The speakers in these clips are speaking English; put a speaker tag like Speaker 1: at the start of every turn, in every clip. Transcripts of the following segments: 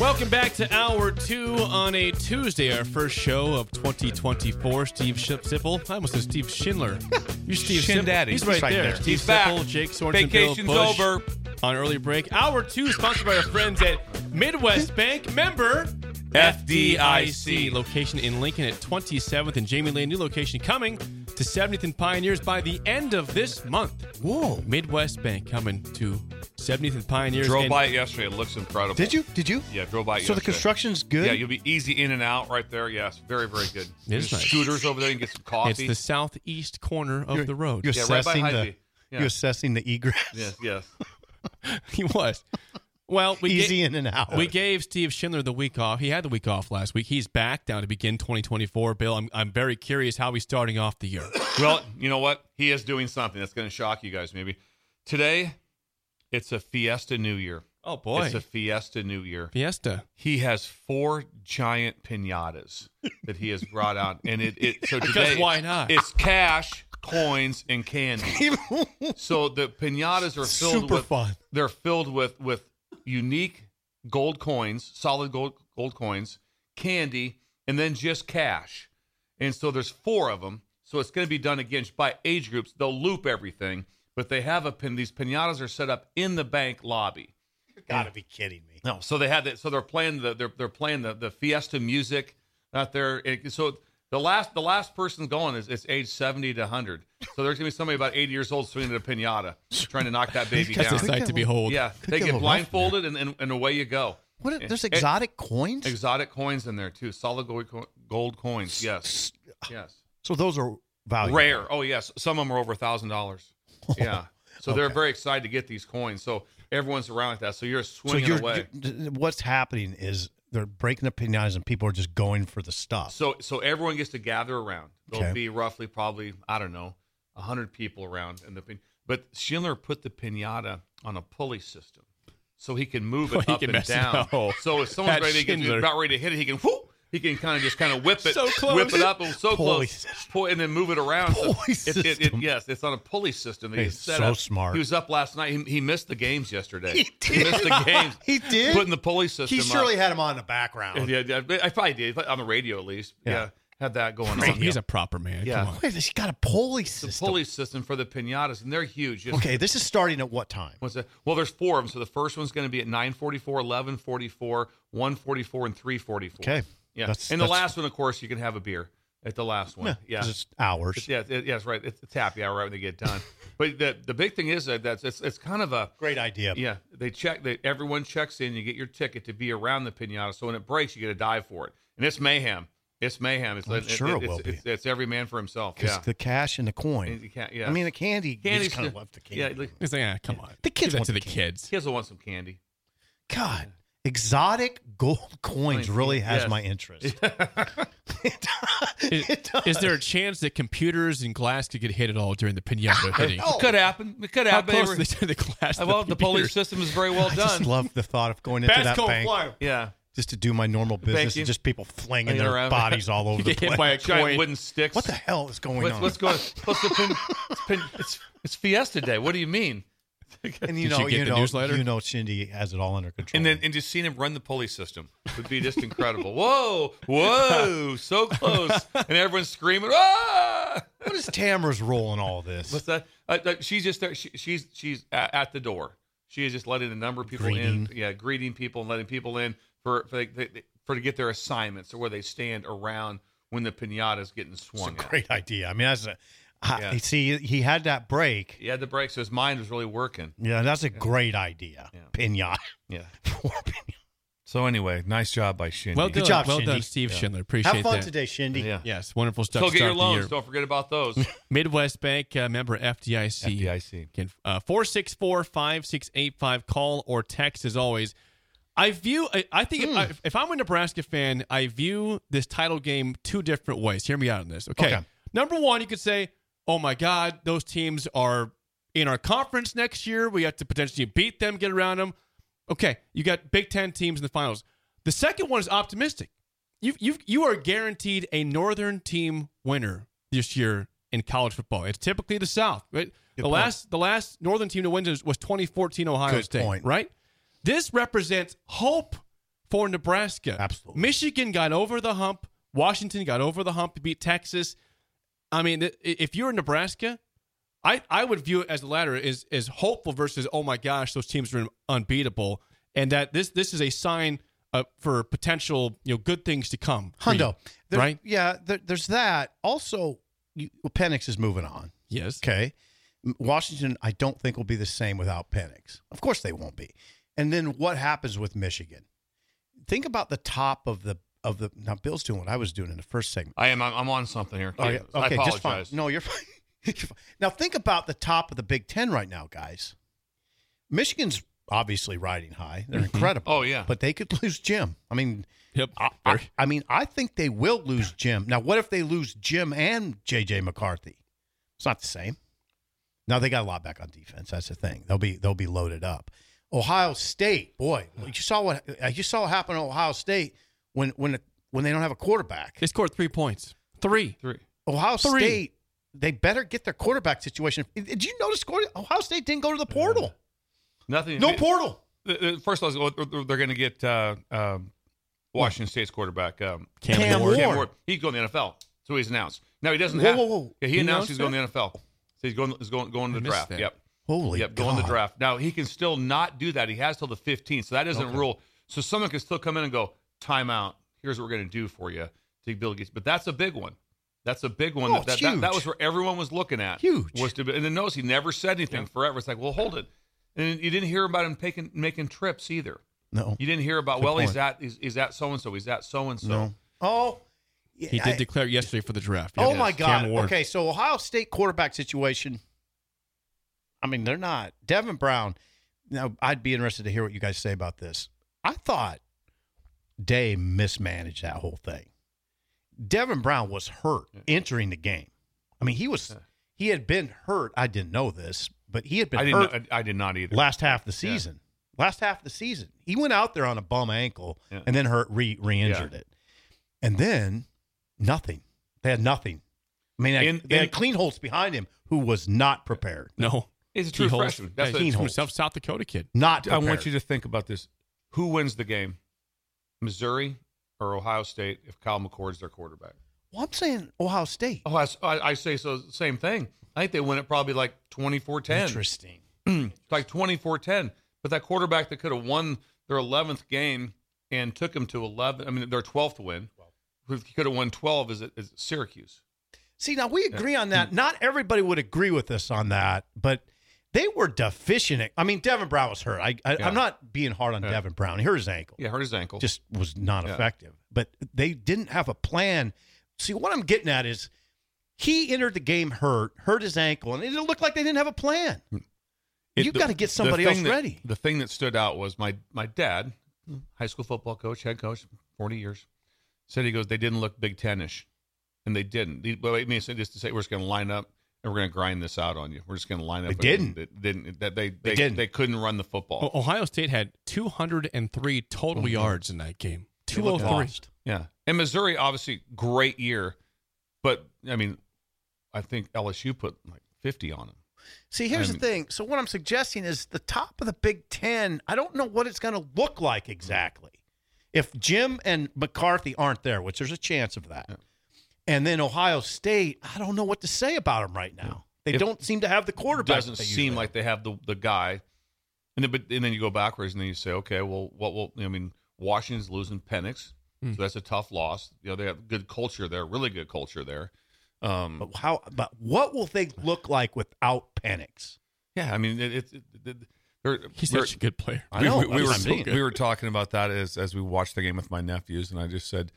Speaker 1: Welcome back to Hour 2 on a Tuesday, our first show of 2024. Steve Ship Sipple. I almost said Steve Schindler. You're Steve Sipple.
Speaker 2: Shindaddy.
Speaker 1: He's right
Speaker 2: He's right
Speaker 1: there.
Speaker 2: there.
Speaker 1: Steve
Speaker 2: He's back.
Speaker 1: Sipple, Jake Sorensen,
Speaker 2: Vacation's
Speaker 1: Bill Bush
Speaker 2: over.
Speaker 1: On early break. Hour 2 sponsored by our friends at Midwest Bank. Member FDIC. Location in Lincoln at 27th and Jamie Lane. New location coming to 70th and Pioneers by the end of this month. Whoa. Midwest Bank coming to 70th and Pioneers.
Speaker 2: Drove
Speaker 1: and
Speaker 2: by it yesterday. It looks incredible.
Speaker 3: Did you? Did you?
Speaker 2: Yeah, drove by it
Speaker 3: So the
Speaker 2: yesterday.
Speaker 3: construction's good.
Speaker 2: Yeah, you'll be easy in and out right there. Yes, very, very good.
Speaker 1: It is
Speaker 2: There's
Speaker 1: nice.
Speaker 2: scooters over there. You can get some coffee.
Speaker 1: It's the southeast corner of
Speaker 3: You're-
Speaker 1: the road.
Speaker 3: You're
Speaker 2: Yeah, right by
Speaker 3: assessing
Speaker 2: Hy-Vee.
Speaker 3: the.
Speaker 2: Yeah.
Speaker 3: You're assessing the egress.
Speaker 2: yes, yes.
Speaker 1: he was. Well, we
Speaker 3: Easy
Speaker 1: ga-
Speaker 3: in and out.
Speaker 1: We gave Steve Schindler the week off. He had the week off last week. He's back down to begin 2024. Bill, I'm, I'm very curious how he's starting off the year.
Speaker 2: Well, you know what? He is doing something that's going to shock you guys. Maybe today, it's a Fiesta New Year.
Speaker 1: Oh boy,
Speaker 2: It's a Fiesta New Year.
Speaker 1: Fiesta!
Speaker 2: He has four giant pinatas that he has brought out, and it, it so
Speaker 1: Because
Speaker 2: today
Speaker 1: why not?
Speaker 2: It's cash, coins, and candy. so the pinatas are filled
Speaker 3: Super
Speaker 2: with
Speaker 3: fun.
Speaker 2: they're filled with with unique gold coins, solid gold gold coins, candy, and then just cash. And so there's four of them. So it's going to be done again by age groups. They'll loop everything, but they have a pin. These pinatas are set up in the bank lobby.
Speaker 3: gotta be kidding me.
Speaker 2: No, so they had that. So they're playing the they're they're playing the the Fiesta music out there. It- so the last the last person going is it's age seventy to hundred. So there's gonna be somebody about eighty years old swinging a pinata, trying to knock that baby
Speaker 1: That's a
Speaker 2: down.
Speaker 1: sight to behold.
Speaker 2: Yeah,
Speaker 3: Could
Speaker 2: they
Speaker 3: get a
Speaker 2: get
Speaker 3: little rough,
Speaker 2: blindfolded and, and and away you go.
Speaker 3: What? are- There's
Speaker 2: It-
Speaker 3: exotic coins.
Speaker 2: Exotic coins in there too, solid gold co- gold coins. Yes,
Speaker 3: uh,
Speaker 2: yes,
Speaker 3: so those are valuable.
Speaker 2: rare. Oh yes, some of them are over a thousand dollars. Yeah, so they're very excited to get these coins. So everyone's around like that. So you're
Speaker 3: So
Speaker 2: swinging
Speaker 3: you're,
Speaker 2: away.
Speaker 3: you're- what's happening is they're breaking the pinatas and people are just going for the stuff.
Speaker 2: So so everyone gets to gather around. There'll
Speaker 3: Okay.
Speaker 2: be roughly probably I don't know hundred people around in the pin. But Schindler put the pinata on a pulley system, so he can move
Speaker 1: Well,
Speaker 2: it
Speaker 1: he
Speaker 2: up
Speaker 1: can
Speaker 2: and
Speaker 1: mess it
Speaker 2: down.
Speaker 1: up.
Speaker 2: So if someone's
Speaker 1: That's
Speaker 2: ready to get,
Speaker 1: Schindler.
Speaker 2: about ready to hit it, he can whoop. He can kind of just kind of whip it,
Speaker 1: So close.
Speaker 2: whip it up, and so
Speaker 3: Pulley
Speaker 2: close,
Speaker 3: system.
Speaker 2: pull, and then move it around. So
Speaker 3: Pulley
Speaker 2: it- it- it-
Speaker 3: system.
Speaker 2: yes, it's on a pulley system. That he
Speaker 3: He's
Speaker 2: set
Speaker 3: so
Speaker 2: up.
Speaker 3: smart.
Speaker 2: He was up last night. He, he missed the games yesterday. He, missed the games.
Speaker 3: He did?
Speaker 2: putting the pulley system.
Speaker 3: he
Speaker 2: up.
Speaker 3: surely had him on in the background.
Speaker 2: Yeah, yeah, I probably did but on the radio at least. Yeah, had that going
Speaker 1: Come on,
Speaker 2: on.
Speaker 1: he's a proper man.
Speaker 2: Yeah.
Speaker 1: Come on.
Speaker 3: Wait, he's got a pulley
Speaker 2: the
Speaker 3: system.
Speaker 2: pulley system for the pinatas, and they're huge. Just-
Speaker 3: Okay, this is starting at what time?
Speaker 2: what's that? Well, there's four of them. So the first one's going to be at 944, 1144, 144, and 344.
Speaker 3: Okay,
Speaker 2: Yeah.
Speaker 3: that's-
Speaker 2: and the
Speaker 3: that's-
Speaker 2: last one, of course, you can have a beer at the last one. Yeah.
Speaker 3: 'Cause it's hours.
Speaker 2: It's- yeah, it, yeah, that's right. It's, it's happy hour right when they get done. but the the big thing is that that's it's, it's kind of a
Speaker 3: Great idea.
Speaker 2: yeah. They check that everyone checks in. You get your ticket to be around the pinata. So when it breaks, you get a dive for it, and it's mayhem. It's mayhem. It's
Speaker 3: I'm
Speaker 2: it- it-
Speaker 3: sure it
Speaker 2: it's-
Speaker 3: will be.
Speaker 2: It's, it's every man for himself.
Speaker 3: Because
Speaker 2: Yeah.
Speaker 3: the cash and the coin.
Speaker 2: And you can't- yeah.
Speaker 3: I mean, the candy.
Speaker 2: Candy's
Speaker 3: kind of
Speaker 2: good.
Speaker 3: left the
Speaker 2: Yeah,
Speaker 3: candy.
Speaker 2: like,
Speaker 1: He's like, ah, come on.
Speaker 3: The kids
Speaker 1: Give that
Speaker 3: want
Speaker 1: to
Speaker 3: the
Speaker 1: the kids.
Speaker 2: kids will want some candy.
Speaker 3: God, exotic gold coins
Speaker 2: Coins,
Speaker 3: really
Speaker 2: yeah.
Speaker 3: has
Speaker 2: Yes.
Speaker 3: my interest. it, does.
Speaker 1: Is,
Speaker 3: It does.
Speaker 1: is there a chance that computers and glass could get hit at all during the pinata hitting?
Speaker 3: Oh, Uh,
Speaker 2: Could happen. It could
Speaker 1: How
Speaker 2: happen.
Speaker 1: close are
Speaker 2: They
Speaker 1: they to the glass?
Speaker 2: were-
Speaker 1: of
Speaker 2: well, the polling
Speaker 1: computers?
Speaker 2: system is very well
Speaker 3: I
Speaker 2: done.
Speaker 3: just love the thought of going into
Speaker 1: Bats
Speaker 3: that
Speaker 1: gonna
Speaker 3: bank
Speaker 1: fly.
Speaker 2: yeah,
Speaker 3: just to do my normal business
Speaker 2: you.
Speaker 3: and just people flinging
Speaker 2: Hanging
Speaker 3: their
Speaker 2: around.
Speaker 3: bodies all over the
Speaker 1: Get hit
Speaker 3: place.
Speaker 1: by a
Speaker 2: giant
Speaker 1: coin.
Speaker 2: wooden sticks.
Speaker 3: what the hell is going
Speaker 2: What's,
Speaker 3: on?
Speaker 2: what's going? What's the pin, it's, pin, it's, it's Fiesta Day. What do you mean?
Speaker 3: And you
Speaker 1: Did
Speaker 3: know,
Speaker 1: you get
Speaker 3: you
Speaker 1: the
Speaker 3: know,
Speaker 1: newsletter?
Speaker 3: you know, Cindy has it all under control.
Speaker 2: And then and just seeing him run the pulley system would be just incredible. whoa, whoa, so close, and everyone's screaming. Ah!
Speaker 3: what is Tamara's role in all this?
Speaker 2: What's that? Uh, uh, she's just there. She, she's she's at, at the door. She is just letting a number of people in.
Speaker 3: Greeting.
Speaker 2: Yeah, greeting people and letting people in for for, they, they- for to get their assignments or where they stand around when the pinata is getting
Speaker 3: It's a
Speaker 2: swung. at.
Speaker 3: great idea. I mean, that's a. I-
Speaker 2: Yeah.
Speaker 3: See, he had that break.
Speaker 2: He had the break, so his mind was really working.
Speaker 3: Yeah, that's a great idea.
Speaker 2: Yeah.
Speaker 3: Pinata.
Speaker 2: Yeah.
Speaker 3: Poor pinata.
Speaker 2: So anyway, nice job by Shindy.
Speaker 1: Well done,
Speaker 3: job,
Speaker 1: well
Speaker 3: Shindy.
Speaker 1: done, Steve
Speaker 2: Yeah.
Speaker 1: Schindler. Appreciate
Speaker 3: Have fun
Speaker 1: that.
Speaker 3: today, Shindy.
Speaker 2: Yeah.
Speaker 1: Yes, wonderful stuff.
Speaker 2: So
Speaker 1: to
Speaker 2: get your
Speaker 1: start the year.
Speaker 2: loans. Don't forget about those.
Speaker 1: Midwest Bank uh, member FDIC.
Speaker 2: FDIC.
Speaker 1: Again, uh, 464-5685. Call or text as always. I view. I, I think if, I, if I'm a Nebraska fan, I view this title game two different ways. Hear me out on this. Okay.
Speaker 3: Okay.
Speaker 1: Number one, you could say, "Oh my God, those teams are in our conference next year. We have to potentially beat them, get around them." Okay, you got Big Ten teams in the finals. The second one is optimistic. You you you are guaranteed a Northern team winner this year in college football. It's typically the South, right? the
Speaker 3: point.
Speaker 1: last the last Northern team to win was was 2014 Ohio
Speaker 3: Good
Speaker 1: State,
Speaker 3: point.
Speaker 1: right? This represents hope for Nebraska.
Speaker 3: Absolutely.
Speaker 1: Michigan got over the hump. Washington got over the hump to beat Texas. I mean, i- if you're in Nebraska, I, I would view it as the latter is is hopeful versus oh my gosh those teams are unbeatable and that this this is a sign uh, for potential you know good things to come. for
Speaker 3: Hundo.
Speaker 1: you.
Speaker 3: There-
Speaker 1: Right.
Speaker 3: Yeah, there, there's that. Also, you, Penix is moving on.
Speaker 1: Yes.
Speaker 3: Okay. M- Washington, I don't think will be the same without Penix. Of course they won't be. And then what happens with Michigan? Think about the top of the of the now Bill's doing what I was doing in the first segment.
Speaker 2: I am. I'm, I'm on something here.
Speaker 3: Okay,
Speaker 2: I
Speaker 3: okay,
Speaker 2: apologize.
Speaker 3: just fine. No, you're fine. You're fine. Now think about the top of the Big Ten right now, guys. Michigan's obviously riding high. They're incredible.
Speaker 2: Oh, yeah.
Speaker 3: but they could lose Jim. I mean,
Speaker 1: Yep.
Speaker 3: I, I, I mean, I think they will lose Jim. Now, what if they lose Jim and JJ McCarthy? It's not the same. Now they got a lot back on defense. That's the thing. They'll be they'll be loaded up. Ohio State, boy, you saw what uh, you saw what happened to Ohio State when when when they don't have a quarterback.
Speaker 1: They scored three points. Three.
Speaker 2: Three.
Speaker 3: Ohio
Speaker 1: Three.
Speaker 3: State, they better get their quarterback situation. Did you notice Gordon- Ohio State didn't go to the portal?
Speaker 2: Nothing.
Speaker 3: No
Speaker 2: it-
Speaker 3: portal.
Speaker 2: Uh, uh, First of all, they're going to get uh, um, Washington State's quarterback, um,
Speaker 1: Cam
Speaker 3: Cam Ward.
Speaker 2: Cam Ward. He's going to the NFL. So he's announced. No, he doesn't
Speaker 3: Whoa,
Speaker 2: have.
Speaker 3: whoa, whoa.
Speaker 2: Yeah, he,
Speaker 1: He
Speaker 2: announced he's going
Speaker 1: announced
Speaker 2: to the NFL. So he's going. He's going. Going to the
Speaker 1: missed
Speaker 2: draft.
Speaker 1: that.
Speaker 2: Yep.
Speaker 3: Holy
Speaker 2: yep. Going to the
Speaker 3: God.
Speaker 2: draft. Now he can still not do that. He has till the 15th. So that doesn't rule. So someone can still come in and go timeout. Here's what we're going to do for you to Bill Gates. But that's a big one. That's a big one.
Speaker 3: Oh,
Speaker 2: that, that,
Speaker 3: it's
Speaker 2: that, that
Speaker 3: huge.
Speaker 2: was where everyone was looking at.
Speaker 3: Huge.
Speaker 2: Was to, be- and then notice he never said anything forever. It's like, well, hold it. And you didn't hear about him taking, making trips either.
Speaker 3: No.
Speaker 2: You didn't hear about
Speaker 3: Good
Speaker 2: well he's
Speaker 3: point.
Speaker 2: at he's, he's at so and so he's at so and so.
Speaker 3: No. Oh.
Speaker 1: He did declare yesterday for the draft.
Speaker 3: Oh
Speaker 1: Yes.
Speaker 3: my God.
Speaker 1: Cam Ward.
Speaker 3: Okay, so Ohio State quarterback situation. I mean, they're not Devin Brown. Now, I'd be interested to hear what you guys say about this. I thought Day mismanaged that whole thing. Devin Brown was hurt entering the game. I mean, he was he had been hurt. I didn't know this, but he had been
Speaker 2: I didn't.
Speaker 3: hurt
Speaker 2: I, I did not either.
Speaker 3: last half of the season. Last half of the season, he went out there on a bum ankle
Speaker 2: Yeah.
Speaker 3: and then hurt re injured it, and then nothing. They had nothing. I mean,
Speaker 2: In-
Speaker 3: they
Speaker 2: in-
Speaker 3: had clean holds behind him who was not prepared.
Speaker 1: No.
Speaker 2: He's a true
Speaker 1: Keyholes.
Speaker 2: freshman. That's
Speaker 1: Yeah,
Speaker 2: what-
Speaker 1: he's from
Speaker 3: Keyholes.
Speaker 1: South, South Dakota kid.
Speaker 3: Not.
Speaker 2: I
Speaker 3: Prepared.
Speaker 2: want you to think about this: Who wins the game, Missouri or Ohio State? If Kyle McCord's their quarterback,
Speaker 3: Well, I'm saying Ohio State.
Speaker 2: oh, I, I, I say so. Same thing. I think they win it probably like 24-10,
Speaker 3: Interesting.
Speaker 2: like 24-10. But that quarterback that could have won their eleventh game and took them to eleven. I mean, their twelfth win. Who could have won twelve? Is it is Syracuse?
Speaker 3: See, now we agree on
Speaker 2: Mm.
Speaker 3: that. Not everybody would agree with us on that, but they were deficient. at- I mean, Devin Brown was hurt. I, I,
Speaker 2: Yeah.
Speaker 3: I'm not being hard on
Speaker 2: Yeah.
Speaker 3: Devin Brown. He hurt his ankle.
Speaker 2: Yeah, hurt his ankle.
Speaker 3: just was not
Speaker 2: Yeah.
Speaker 3: effective. But they didn't have a plan. See, what I'm getting at is he entered the game hurt, hurt his ankle, and it looked like they didn't have a plan.
Speaker 2: It-
Speaker 3: You've
Speaker 2: the-
Speaker 3: got to get
Speaker 2: the
Speaker 3: somebody else
Speaker 2: thing that-
Speaker 3: ready.
Speaker 2: The thing that stood out was my my dad, high school football coach, head coach, forty years, said he goes they didn't look Big Tenish, and they didn't. He, well, I mean, he said just to say we're just going to line up and we're going to grind this out on you. We're just going to line up.
Speaker 3: They
Speaker 2: and-
Speaker 3: didn't.
Speaker 2: They didn't. That they they, they,
Speaker 3: didn't. Oh.
Speaker 2: couldn't run the football.
Speaker 1: O- Ohio State had 203 total yards in that game.
Speaker 3: They looked
Speaker 1: 203.
Speaker 3: lost.
Speaker 2: Yeah, and Missouri obviously great year, but I mean, I think LSU put like fifty on them.
Speaker 3: See, here's the thing. So what I'm suggesting is the top of the Big Ten. I don't know what it's going to look like
Speaker 2: Mm-hmm.
Speaker 3: exactly. If Jim and McCarthy aren't there, which there's a chance of that, and then Ohio State, I don't know what to say about them right now. They don't seem to have the quarterback.
Speaker 2: doesn't
Speaker 3: that they
Speaker 2: seem
Speaker 3: usually
Speaker 2: like they have the, the guy. And then, but, and then you go backwards, and then you say, okay, well, what will I mean? Washington's losing Pennix, so that's a tough loss. You know, they have good culture there, really good culture there. Um,
Speaker 3: But how? But what will they look like without Penix?
Speaker 2: yeah, I mean, it, it, it, it, they're-
Speaker 1: He's
Speaker 2: they're-
Speaker 1: such a good player.
Speaker 3: I
Speaker 2: we,
Speaker 3: know,
Speaker 2: we- we
Speaker 3: that's
Speaker 2: were
Speaker 3: what I'm saying.
Speaker 2: we were talking about that as as we watched the game with my nephews, and I just said,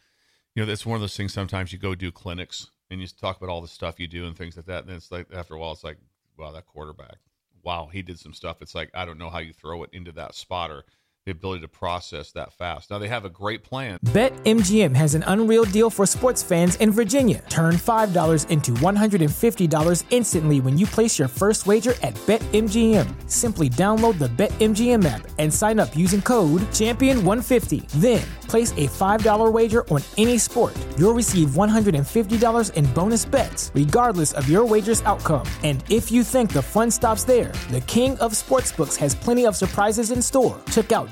Speaker 2: you know, that's one of those things. Sometimes you go do clinics and you talk about all the stuff you do and things like that, and it's like after a while, it's like, wow, that quarterback, wow, he did some stuff. It's like I don't know how you throw it into that spot or the ability to process that fast. Now they have a great plan.
Speaker 4: BetMGM has an unreal deal for sports fans in Virginia. Turn $5 into $150 instantly when you place your first wager at BetMGM. Simply download the BetMGM app and sign up using code Champion150. Then place a $5 wager on any sport. You'll receive $150 in bonus bets, regardless of your wager's outcome. And if you think the fun stops there, the King of Sportsbooks has plenty of surprises in store. Check out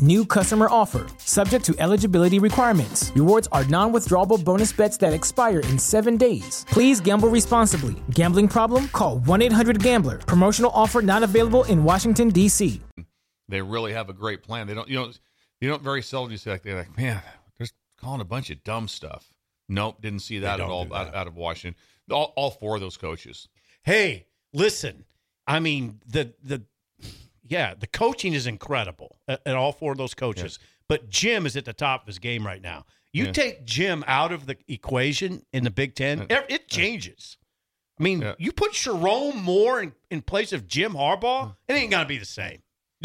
Speaker 4: New customer offer, subject to eligibility requirements. Rewards are non withdrawable bonus bets that expire in seven days. Please gamble responsibly. Gambling problem? Call 1 800 Gambler. Promotional offer not available in Washington, D.C.
Speaker 2: They really have a great plan. They don't, you know, you don't very seldom you see like they're like, man, they're calling a bunch of dumb stuff. Nope, didn't see that at
Speaker 3: don't
Speaker 2: all
Speaker 3: do
Speaker 2: Out,
Speaker 3: that.
Speaker 2: out of Washington. All, all four of those coaches.
Speaker 3: Hey, listen. I mean, the the yeah, the coaching is incredible at, at all four of those coaches. But Jim is at the top of his game right now. You
Speaker 2: Yeah.
Speaker 3: take Jim out of the equation in the Big Ten, ev- it changes. I mean,
Speaker 2: Yeah.
Speaker 3: you put Sharon Moore in, in place of Jim Harbaugh, it ain't gonna be the same.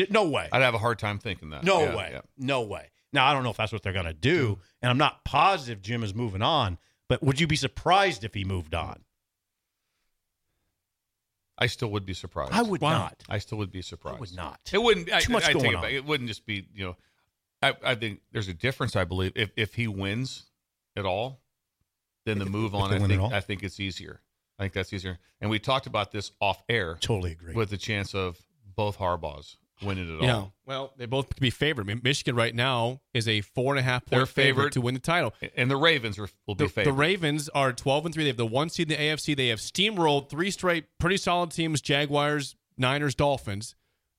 Speaker 3: No way.
Speaker 2: I'd have a hard time thinking that.
Speaker 3: No
Speaker 2: Yeah,
Speaker 3: way.
Speaker 2: yeah.
Speaker 3: No way. Now I don't know if that's what they're going to do, and I'm not positive Jim is moving on. But would you be surprised if he moved on?
Speaker 2: I still would be surprised.
Speaker 3: I would not.
Speaker 2: I still would be surprised.
Speaker 3: I would not.
Speaker 2: It wouldn't. I,
Speaker 3: Too much
Speaker 2: I, I take
Speaker 3: going
Speaker 2: it back.
Speaker 3: on.
Speaker 2: It wouldn't just be. You know, I, I think there's a difference. I believe if if he wins at all, then the move
Speaker 3: if
Speaker 2: on.
Speaker 3: they
Speaker 2: I
Speaker 3: win at
Speaker 2: think
Speaker 3: all.
Speaker 2: I think it's easier. I think that's easier. And we talked about this off air
Speaker 3: Totally agree.
Speaker 2: with the chance of both Harbaughs winning it
Speaker 1: Yeah.
Speaker 2: all.
Speaker 1: Well, they both could be favored. I mean, Michigan right now is a four and a half point
Speaker 2: They're
Speaker 1: favorite.
Speaker 2: favored.
Speaker 1: to win the title.
Speaker 2: And the Ravens are, will be
Speaker 1: The,
Speaker 2: favored.
Speaker 1: the Ravens are twelve and three. They have the one seed in the AFC. They have steamrolled three straight pretty solid teams: Jaguars, Niners, Dolphins,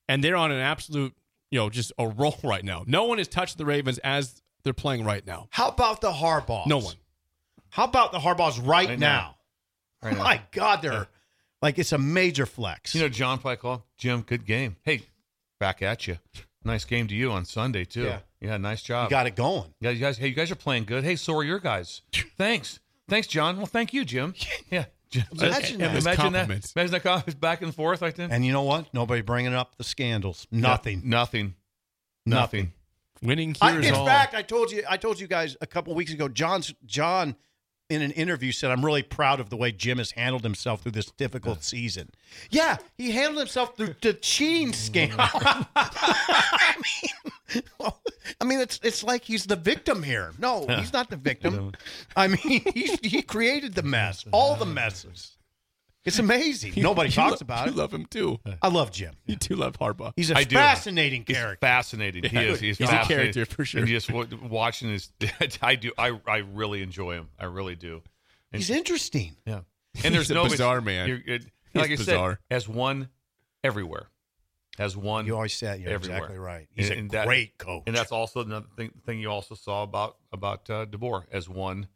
Speaker 1: and they're on an absolute you know just a roll right now. No one has touched the Ravens as they're playing right now.
Speaker 3: How about the Harbaughs?
Speaker 1: No one.
Speaker 3: How about the Harbaughs right,
Speaker 2: Right
Speaker 3: now?
Speaker 2: now. Right now.
Speaker 3: My God, they're like it's a major flex.
Speaker 2: You know, John Pykov, Jim, good game. Hey, back at you. Nice game to you on Sunday too.
Speaker 3: Yeah.
Speaker 2: nice job.
Speaker 3: You got it going.
Speaker 2: Yeah, you guys. Hey, you guys are playing good. Hey, so are your guys. Thanks, thanks, John. Well, thank you, Jim. Yeah, Jim.
Speaker 3: Imagine that.
Speaker 2: Imagine that.
Speaker 1: Compliments.
Speaker 2: Imagine that conference back and forth like that.
Speaker 3: And you know what? Nobody bringing up the scandals. Nothing.
Speaker 2: Nothing.
Speaker 3: Nothing.
Speaker 2: Nothing.
Speaker 1: Winning
Speaker 3: I,
Speaker 1: here is
Speaker 3: in
Speaker 1: all.
Speaker 3: fact, I told you, I told you guys a couple weeks ago. John's John, in an interview, said, "I'm really proud of the way Jim has handled himself through this difficult season." Yeah, he handled himself through the cheating scandal. I mean, well, I mean, it's it's like he's the victim here. No, he's not the victim. I mean, he he created the mess, all the messes. It's amazing. Nobody
Speaker 1: You Uh,
Speaker 3: talks
Speaker 1: love-
Speaker 3: about
Speaker 1: you
Speaker 3: it.
Speaker 1: love him too.
Speaker 3: I love Jim.
Speaker 1: You do love Harbaugh.
Speaker 3: He's a
Speaker 2: I do.
Speaker 3: fascinating
Speaker 2: He's
Speaker 3: character.
Speaker 2: fascinating.
Speaker 1: Yeah.
Speaker 2: He is. He's,
Speaker 1: He's a
Speaker 2: fascinating.
Speaker 1: character for sure.
Speaker 2: And just w- watching his, I do. I I really enjoy him. I really do.
Speaker 3: he's interesting.
Speaker 2: Yeah. And there's
Speaker 1: a
Speaker 2: no
Speaker 1: bizarre man.
Speaker 2: you're- it- like I
Speaker 1: bizarre.
Speaker 2: said, has one everywhere. Has one.
Speaker 3: You always said you're
Speaker 2: everywhere.
Speaker 3: exactly right. He's
Speaker 2: And-
Speaker 3: a
Speaker 2: and that-
Speaker 3: great coach.
Speaker 2: And that's also another thing, thing you also saw about about uh, DeBoer as one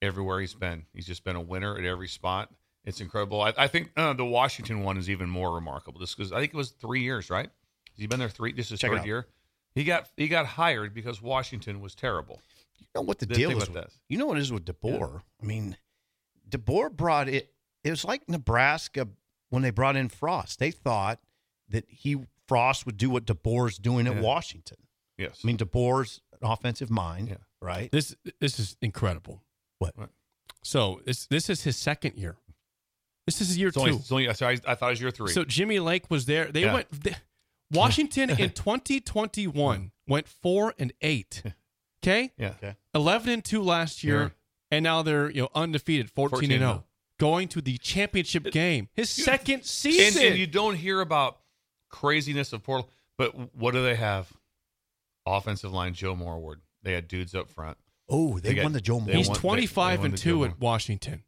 Speaker 2: everywhere he's been. He's just been a winner at every spot. It's incredible. I, I think uh, the Washington one is even more remarkable. Just because I think it was three years, right? He's been there three. This is
Speaker 3: Check it
Speaker 2: third
Speaker 3: out.
Speaker 2: year. He got he got hired because Washington was terrible.
Speaker 3: you know what the
Speaker 2: Didn't
Speaker 3: deal
Speaker 2: think
Speaker 3: is
Speaker 2: about
Speaker 3: with
Speaker 2: this.
Speaker 3: You know what it is with DeBoer. I mean, DeBoer brought it. It was like Nebraska when they brought in Frost. They thought that he Frost would do what DeBoer's doing at
Speaker 2: Yeah.
Speaker 3: Washington.
Speaker 2: Yes.
Speaker 3: I mean, DeBoer's an offensive mind,
Speaker 2: Yeah.
Speaker 3: right?
Speaker 1: This this is incredible.
Speaker 3: What?
Speaker 2: What?
Speaker 1: So this this is his second year. This is year
Speaker 2: It's only,
Speaker 1: two.
Speaker 2: it's only- sorry, I thought it was year three.
Speaker 1: So Jimmy Lake was there. They
Speaker 2: Yeah.
Speaker 1: went they- Washington in 2021 went 4 and 8. Okay?
Speaker 2: yeah. Okay.
Speaker 1: 11 and 2 last year
Speaker 2: Yeah.
Speaker 1: and now they're, you know, undefeated 14,
Speaker 2: 14
Speaker 1: and
Speaker 2: and oh.
Speaker 1: 0 going to the championship game. His second
Speaker 2: And,
Speaker 1: season.
Speaker 2: and you don't hear about craziness of portal, but what do they have? Offensive line, Joe Morward. They had dudes up front.
Speaker 3: Oh, they,
Speaker 2: They got-
Speaker 3: won the Joe
Speaker 2: they
Speaker 3: Moore.
Speaker 1: He's
Speaker 2: won- they- they
Speaker 1: 25
Speaker 2: won
Speaker 1: and
Speaker 2: the Joe
Speaker 1: 2
Speaker 2: Moore.
Speaker 1: at Washington,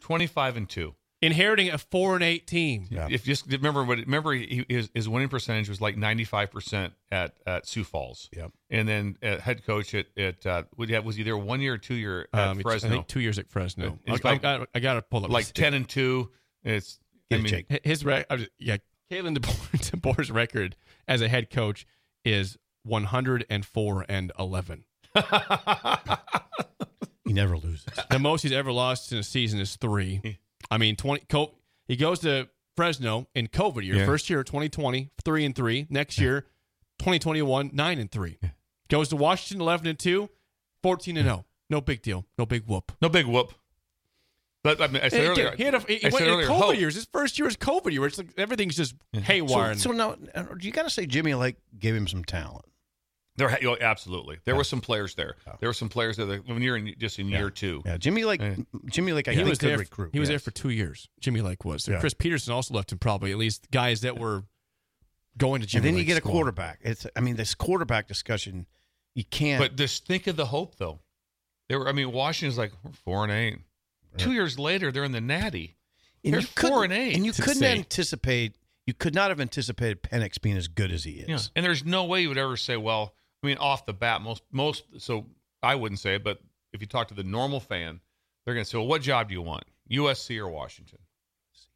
Speaker 2: Twenty-five and two.
Speaker 1: inheriting a 4 and 8 team.
Speaker 3: Yeah.
Speaker 2: If just remember what remember he, his his winning percentage was like ninety five percent at at Sioux Falls.
Speaker 3: Yep.
Speaker 2: And then uh, head coach at at uh, would he have- was he there one year or two year at
Speaker 1: Um, it's-
Speaker 2: Fresno?
Speaker 1: I think 2 years at Fresno.
Speaker 2: It's
Speaker 1: I,
Speaker 2: like-
Speaker 1: got to pull up
Speaker 2: like ten and two. It's I
Speaker 3: Get it,
Speaker 2: mean,
Speaker 3: Jake.
Speaker 1: his rec- I was- yeah, Kalen DeBoer, DeBoer's record as a head coach is 104 and 11.
Speaker 3: He never loses.
Speaker 1: The most he's ever lost in a season is three. I mean, 20. Co- he goes to Fresno in COVID year,
Speaker 2: Yeah.
Speaker 1: first year 2020, three and three. Next year, 2021, nine and three. Goes to Washington 11 and two, 14 and 0. No big deal. No big whoop.
Speaker 2: no big whoop. But I, mean, I said
Speaker 1: Hey,
Speaker 2: earlier,
Speaker 1: he had a, he
Speaker 2: I
Speaker 1: went
Speaker 2: said
Speaker 1: in
Speaker 2: earlier,
Speaker 1: COVID
Speaker 2: hope.
Speaker 1: years. His first year is COVID year. It's like everything's just haywire.
Speaker 3: So, so now, uh, you got to say Jimmy Lake gave him some talent.
Speaker 2: There, ha- oh, absolutely. There were some players there. There were some players there that, when you're in, just in year two.
Speaker 3: Yeah, Jimmy Lake.
Speaker 2: Yeah.
Speaker 3: Jimmy Lake, I
Speaker 1: he
Speaker 3: think
Speaker 1: was
Speaker 3: could
Speaker 1: there.
Speaker 3: recruit.
Speaker 1: He was there
Speaker 3: yes.
Speaker 1: for two years. Jimmy Lake was.
Speaker 3: Yeah.
Speaker 1: Chris Peterson also left him probably at least guys that were going to
Speaker 3: And
Speaker 1: Jimmy.
Speaker 3: then you
Speaker 1: Lake's
Speaker 3: get a
Speaker 1: school.
Speaker 3: quarterback. It's. I mean, this quarterback discussion, you can't.
Speaker 2: But just think of the hope, though. They were. I mean, Washington's like we're four and eight. Two years later, they're in the Natty.
Speaker 3: and
Speaker 2: they're
Speaker 3: you
Speaker 2: four
Speaker 3: couldn't-
Speaker 2: and eight.
Speaker 3: And you
Speaker 2: It's
Speaker 3: couldn't
Speaker 2: insane.
Speaker 3: anticipate. You could not have anticipated Penix being as good as he is.
Speaker 2: Yeah. And there's no way you would ever say, well, I mean, off the bat, most most. So I wouldn't say it, but if you talk to the normal fan, they're going to say, well, what job do you want, USC or Washington?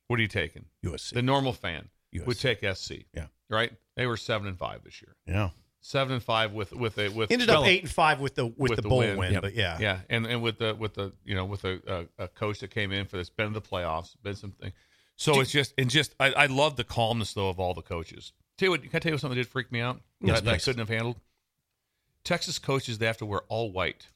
Speaker 2: What are you taking?
Speaker 3: USC.
Speaker 2: The normal fan would
Speaker 3: USC.
Speaker 2: take SC.
Speaker 3: Yeah.
Speaker 2: Right. They were seven and five this year.
Speaker 3: yeah.
Speaker 2: Seven and five with with a with
Speaker 3: Ended up
Speaker 2: Well,
Speaker 3: eight and five with the with, the, bowl win,
Speaker 2: Yep.
Speaker 3: but yeah,
Speaker 2: yeah, and and with the with the you know with a, a, a coach that came in for that's been in the playoffs, been something. So it's just and just I, I love the calmness though of all the coaches. Tell you what, can I tell you what something that did freak me out
Speaker 3: Yes,
Speaker 2: that, that I
Speaker 3: please.
Speaker 2: couldn't have handled? Texas coaches they have to wear all white.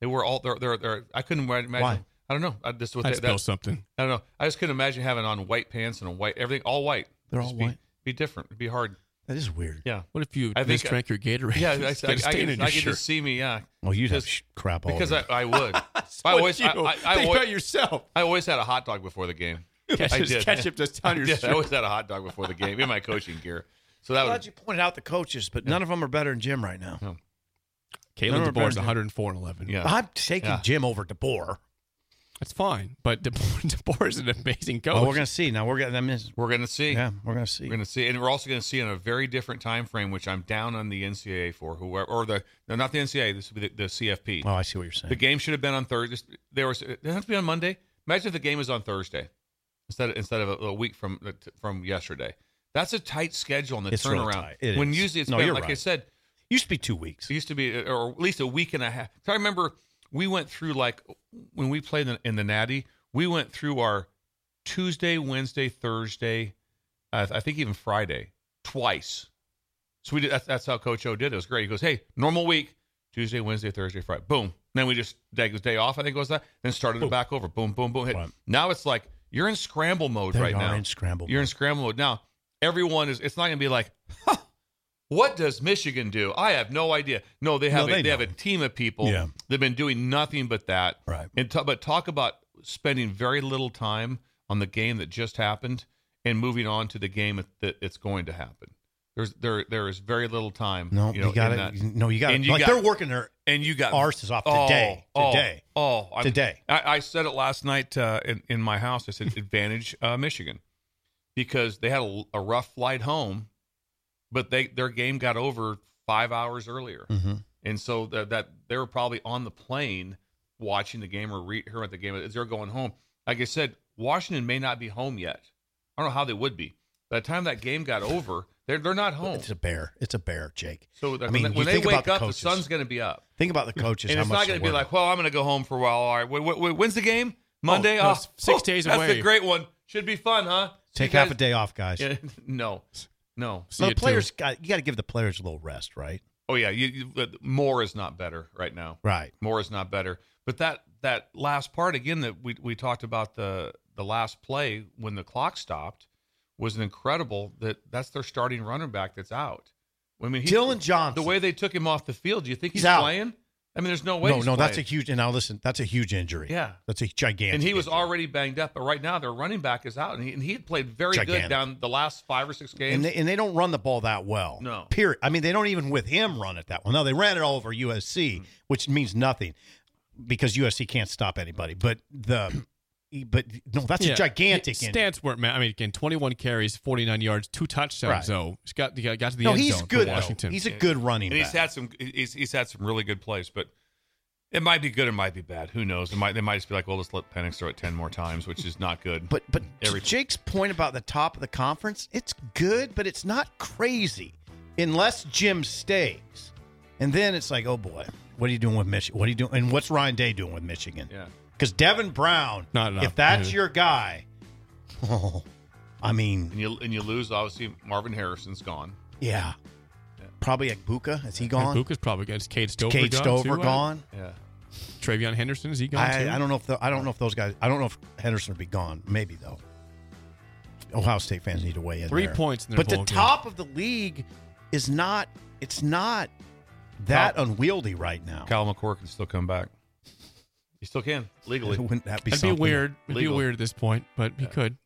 Speaker 2: They wear all they're they're, they're I couldn't imagine.
Speaker 3: Why?
Speaker 2: I don't know. I just what
Speaker 1: I'd
Speaker 2: they,
Speaker 1: spill
Speaker 2: that,
Speaker 1: something.
Speaker 2: I don't know. I just couldn't imagine having on white pants and a white everything all white.
Speaker 3: They're
Speaker 2: Just
Speaker 3: all
Speaker 2: be,
Speaker 3: white.
Speaker 2: Be different. It'd be hard.
Speaker 3: that is weird.
Speaker 2: Yeah.
Speaker 1: What if you
Speaker 2: I think-
Speaker 1: misdrank your Gatorade?
Speaker 2: Yeah, I, I,
Speaker 1: It's got
Speaker 2: I,
Speaker 1: a
Speaker 2: I,
Speaker 1: stain in
Speaker 2: can,
Speaker 1: your
Speaker 2: I can
Speaker 1: shirt.
Speaker 2: just see me. Yeah,
Speaker 3: Well, you'd have
Speaker 2: Because-
Speaker 3: sh- crap all
Speaker 2: because
Speaker 3: over.
Speaker 2: I, I would. I
Speaker 1: What
Speaker 2: always
Speaker 1: you?
Speaker 2: I, I, I
Speaker 1: think
Speaker 2: always,
Speaker 1: about yourself.
Speaker 2: I always had a hot dog before the game. I
Speaker 1: Ketchup,
Speaker 2: did.
Speaker 1: ketchup just on your
Speaker 2: Yeah, I
Speaker 1: shirt.
Speaker 2: always had a hot dog before the game in my coaching gear. So that
Speaker 3: I'm glad
Speaker 2: was
Speaker 3: you pointed out the coaches, but none of them are better than Jim right now.
Speaker 1: Kalen
Speaker 3: Remember
Speaker 1: DeBoer is
Speaker 3: Bernstein?
Speaker 1: 104 and 11.
Speaker 2: yeah.
Speaker 3: I'm taking
Speaker 2: Yeah.
Speaker 3: Jim over DeBoer.
Speaker 1: That's fine. But DeBoer, DeBoer is an amazing coach.
Speaker 3: Well, we're gonna see. Now we're gonna. I mean,
Speaker 2: We're gonna see.
Speaker 3: yeah, we're gonna see.
Speaker 2: Oh, We're gonna see, and we're also gonna see in a very different time frame, which I'm down on the NCAA for whoever or the no, not the NCAA. This would be the, the CFP.
Speaker 3: oh, I see what you're saying.
Speaker 2: the game should have been on Thursday. There was it doesn't have to be on Monday. Imagine if the game was on Thursday instead of, instead of a, a week from from yesterday. That's a tight schedule on the
Speaker 3: It's really
Speaker 2: turnaround.
Speaker 3: tight. It
Speaker 2: when
Speaker 3: is.
Speaker 2: usually it's
Speaker 3: No,
Speaker 2: been,
Speaker 3: you're
Speaker 2: like I
Speaker 3: right.
Speaker 2: said,
Speaker 3: Used to be two weeks.
Speaker 2: It used to be, uh, or at least a week and a half. 'Cause I remember we went through like when we played in the, in the Natty, we went through our Tuesday, Wednesday, Thursday, uh, I think even Friday twice. So we did. That's, that's how Coach O did. it. It was great. He goes, "Hey, normal week, Tuesday, Wednesday, Thursday, Friday. Boom." then we just day was day off. I think it was that. Then started it back over. Boom, boom, boom. Hit.
Speaker 3: Right.
Speaker 2: Now it's like you're in scramble mode
Speaker 3: They
Speaker 2: right
Speaker 3: are
Speaker 2: now.
Speaker 3: in scramble
Speaker 2: You're in
Speaker 3: mode.
Speaker 2: scramble mode now. Everyone is. It's not going to be like, huh, what does Michigan do? I have no idea. No, they have
Speaker 3: No,
Speaker 2: a,
Speaker 3: they
Speaker 2: they, have
Speaker 3: know.
Speaker 2: a team of people.
Speaker 3: Yeah.
Speaker 2: They've been doing nothing but that.
Speaker 3: Right.
Speaker 2: And ta- but talk about spending very little time on the game that just happened and moving on to the game that it's going to happen. There's there there is very little time.
Speaker 3: No, you,
Speaker 2: know, in
Speaker 3: got
Speaker 2: that.
Speaker 3: to No, you got
Speaker 2: And you
Speaker 3: to Like
Speaker 2: got-
Speaker 3: they're working their
Speaker 2: And you got
Speaker 3: arses off
Speaker 2: Oh,
Speaker 3: today.
Speaker 2: oh,
Speaker 3: today.
Speaker 2: Oh, I'm-
Speaker 3: Today.
Speaker 2: I, I said it last night uh, in, in my house. I said advantage uh, Michigan because they had a, a rough flight home, but they their game got over five hours earlier,
Speaker 3: Mhm.
Speaker 2: and so that, that they were probably on the plane watching the game or re- hearing about the game as they're going home. Like I said, Washington may not be home yet. I don't know how they would be. By the time that game got over, they're they're not home.
Speaker 3: It's a bear. It's a bear, Jake.
Speaker 2: Oh. So that,
Speaker 3: I mean,
Speaker 2: when,
Speaker 3: you
Speaker 2: they- when
Speaker 3: think
Speaker 2: they
Speaker 3: about
Speaker 2: wake
Speaker 3: the
Speaker 2: up, the
Speaker 3: coaches.
Speaker 2: sun's going to be up.
Speaker 3: Think about the coaches.
Speaker 2: And
Speaker 3: how
Speaker 2: it's
Speaker 3: much
Speaker 2: not going to
Speaker 3: they're
Speaker 2: be like,
Speaker 3: working.
Speaker 2: well, I'm going to go home for a while. All right, wait, wait, wait, when's the game? Monday
Speaker 1: Oh, no,
Speaker 2: off.
Speaker 1: it's six days
Speaker 2: that's
Speaker 1: away.
Speaker 2: That's a great one. Should be fun, huh? See
Speaker 3: take
Speaker 2: you
Speaker 3: half a
Speaker 2: guys-
Speaker 3: day off, guys.
Speaker 2: Yeah, no, no.
Speaker 1: See
Speaker 3: Well,
Speaker 1: you
Speaker 3: the
Speaker 1: too.
Speaker 3: players got you got to give the players a little rest, right?
Speaker 2: Oh yeah, you, you, but more is uh, not better right now.
Speaker 3: Right.
Speaker 2: More is not better. But that that last part again that we we talked about the the last play when the clock stopped was an incredible that that's their starting running back that's out. I mean, he-
Speaker 3: Dylan Johnson.
Speaker 2: The way they took him off the field, do you think he's,
Speaker 3: He's out.
Speaker 2: playing? I mean, there's no way.
Speaker 3: no,
Speaker 2: he's
Speaker 3: no, that's a
Speaker 2: playing.
Speaker 3: huge. And now listen, that's a huge injury.
Speaker 2: Yeah.
Speaker 3: that's a gigantic.
Speaker 2: And he was
Speaker 3: injury.
Speaker 2: already banged up, but right now their running back is out, and he, and he had played very
Speaker 3: Gigantic.
Speaker 2: good down the last five or six games.
Speaker 3: and they, and they don't run the ball that well.
Speaker 2: No.
Speaker 3: period. I mean, they don't even with him run it that well. No, they ran it all over USC, which means nothing because USC can't stop anybody. But the, but no, that's
Speaker 1: Yeah.
Speaker 3: a gigantic.
Speaker 1: His
Speaker 3: injury.
Speaker 1: Stats weren't. ma- I mean, again, 21 carries, 49 yards, two touchdowns.
Speaker 3: Right.
Speaker 1: Though he's got he got got to the
Speaker 3: No,
Speaker 1: end
Speaker 3: he's
Speaker 1: zone for
Speaker 3: good. though.
Speaker 1: Washington.
Speaker 3: He's a good running.
Speaker 2: and he's
Speaker 3: back.
Speaker 2: had some he's, he's had some really good plays, but it might be good, it might be bad. Who knows? It might they might just be like, well, let's let Penix throw it ten more times, which is not good.
Speaker 3: But but to
Speaker 2: Every-
Speaker 3: Jake's point about the top of the conference, it's good, but it's not crazy unless Jim stays. And then it's like, oh boy, what are you doing with Michigan? What are you doing? And what's Ryan Day doing with Michigan?
Speaker 2: Yeah.
Speaker 3: Because Devin Brown,
Speaker 1: Not enough.
Speaker 3: if that's
Speaker 1: Mhm.
Speaker 3: your guy, oh, I mean,
Speaker 2: and you and you lose obviously Marvin Harrison's gone.
Speaker 3: yeah, probably Ekbuka. Is he
Speaker 1: And
Speaker 3: gone?
Speaker 1: Luke is probably gone. Is Cade Stover
Speaker 3: Kate
Speaker 1: gone?
Speaker 3: Stover
Speaker 1: too?
Speaker 3: gone.
Speaker 2: Yeah.
Speaker 1: Uh, Travion Henderson is he gone too?
Speaker 3: I, I don't know if the, I don't know if those guys. I don't know if Henderson would be gone. Maybe though. Ohio State fans need to weigh in.
Speaker 1: Three
Speaker 3: there.
Speaker 1: points in their
Speaker 3: but the
Speaker 1: bowl game.
Speaker 3: top of the league is not. It's not that unwieldy right now.
Speaker 2: Kyle McCord can still come back. He still can legally.
Speaker 3: Wouldn't that be
Speaker 1: That'd
Speaker 3: something?
Speaker 1: be weird. It'd be
Speaker 2: Legal.
Speaker 1: weird at this point, but he could.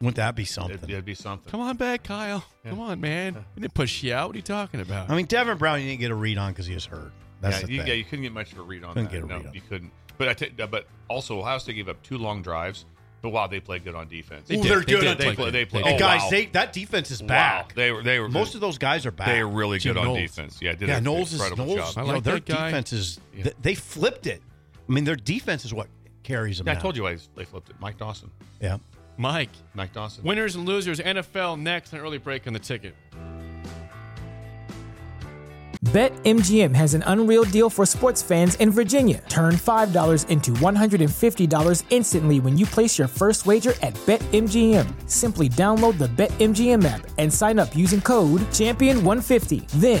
Speaker 3: Wouldn't that be something?
Speaker 2: It'd, it'd be something.
Speaker 1: Come on back, Kyle. Come on, man. We didn't push you out. What are you talking about?
Speaker 3: I mean, Devin Brown, you didn't get a read on because he was hurt. That's
Speaker 2: yeah,
Speaker 3: the
Speaker 2: you,
Speaker 3: thing.
Speaker 2: yeah, you couldn't get much of a read on
Speaker 3: Couldn't
Speaker 2: that.
Speaker 3: get a
Speaker 2: no,
Speaker 3: read on
Speaker 2: you couldn't. But I t- uh, but also Ohio State gave up two long drives. But wow, they played good on defense.
Speaker 1: They
Speaker 3: Ooh,
Speaker 1: did.
Speaker 3: they're
Speaker 1: They
Speaker 3: good
Speaker 1: did
Speaker 3: on
Speaker 1: play
Speaker 2: defense.
Speaker 1: good.
Speaker 2: They play-
Speaker 1: did.
Speaker 2: Oh,
Speaker 3: and guys,
Speaker 2: wow.
Speaker 3: they, that defense is
Speaker 2: Wow.
Speaker 3: back.
Speaker 2: They were they were
Speaker 3: Most of those guys are back.
Speaker 2: They are really
Speaker 1: Jim
Speaker 2: good on
Speaker 1: Knowles.
Speaker 2: defense. Yeah, did
Speaker 3: yeah,
Speaker 2: an
Speaker 3: Knowles is
Speaker 2: incredible
Speaker 3: Knowles.
Speaker 2: job.
Speaker 1: I
Speaker 3: you know,
Speaker 1: like
Speaker 3: their
Speaker 1: that guy.
Speaker 3: defense is th- they flipped it. I mean, their defense is what carries them.
Speaker 2: Yeah, I
Speaker 3: now.
Speaker 2: told you I they flipped it. Mike Dawson.
Speaker 3: Yeah.
Speaker 1: Mike,
Speaker 2: Mike Dawson.
Speaker 1: winners and losers, NFL next, an early break on the ticket.
Speaker 4: BetMGM has an unreal deal for sports fans in Virginia. Turn $5 into $150 instantly when you place your first wager at BetMGM. Simply download the BetMGM app and sign up using code Champion150. Then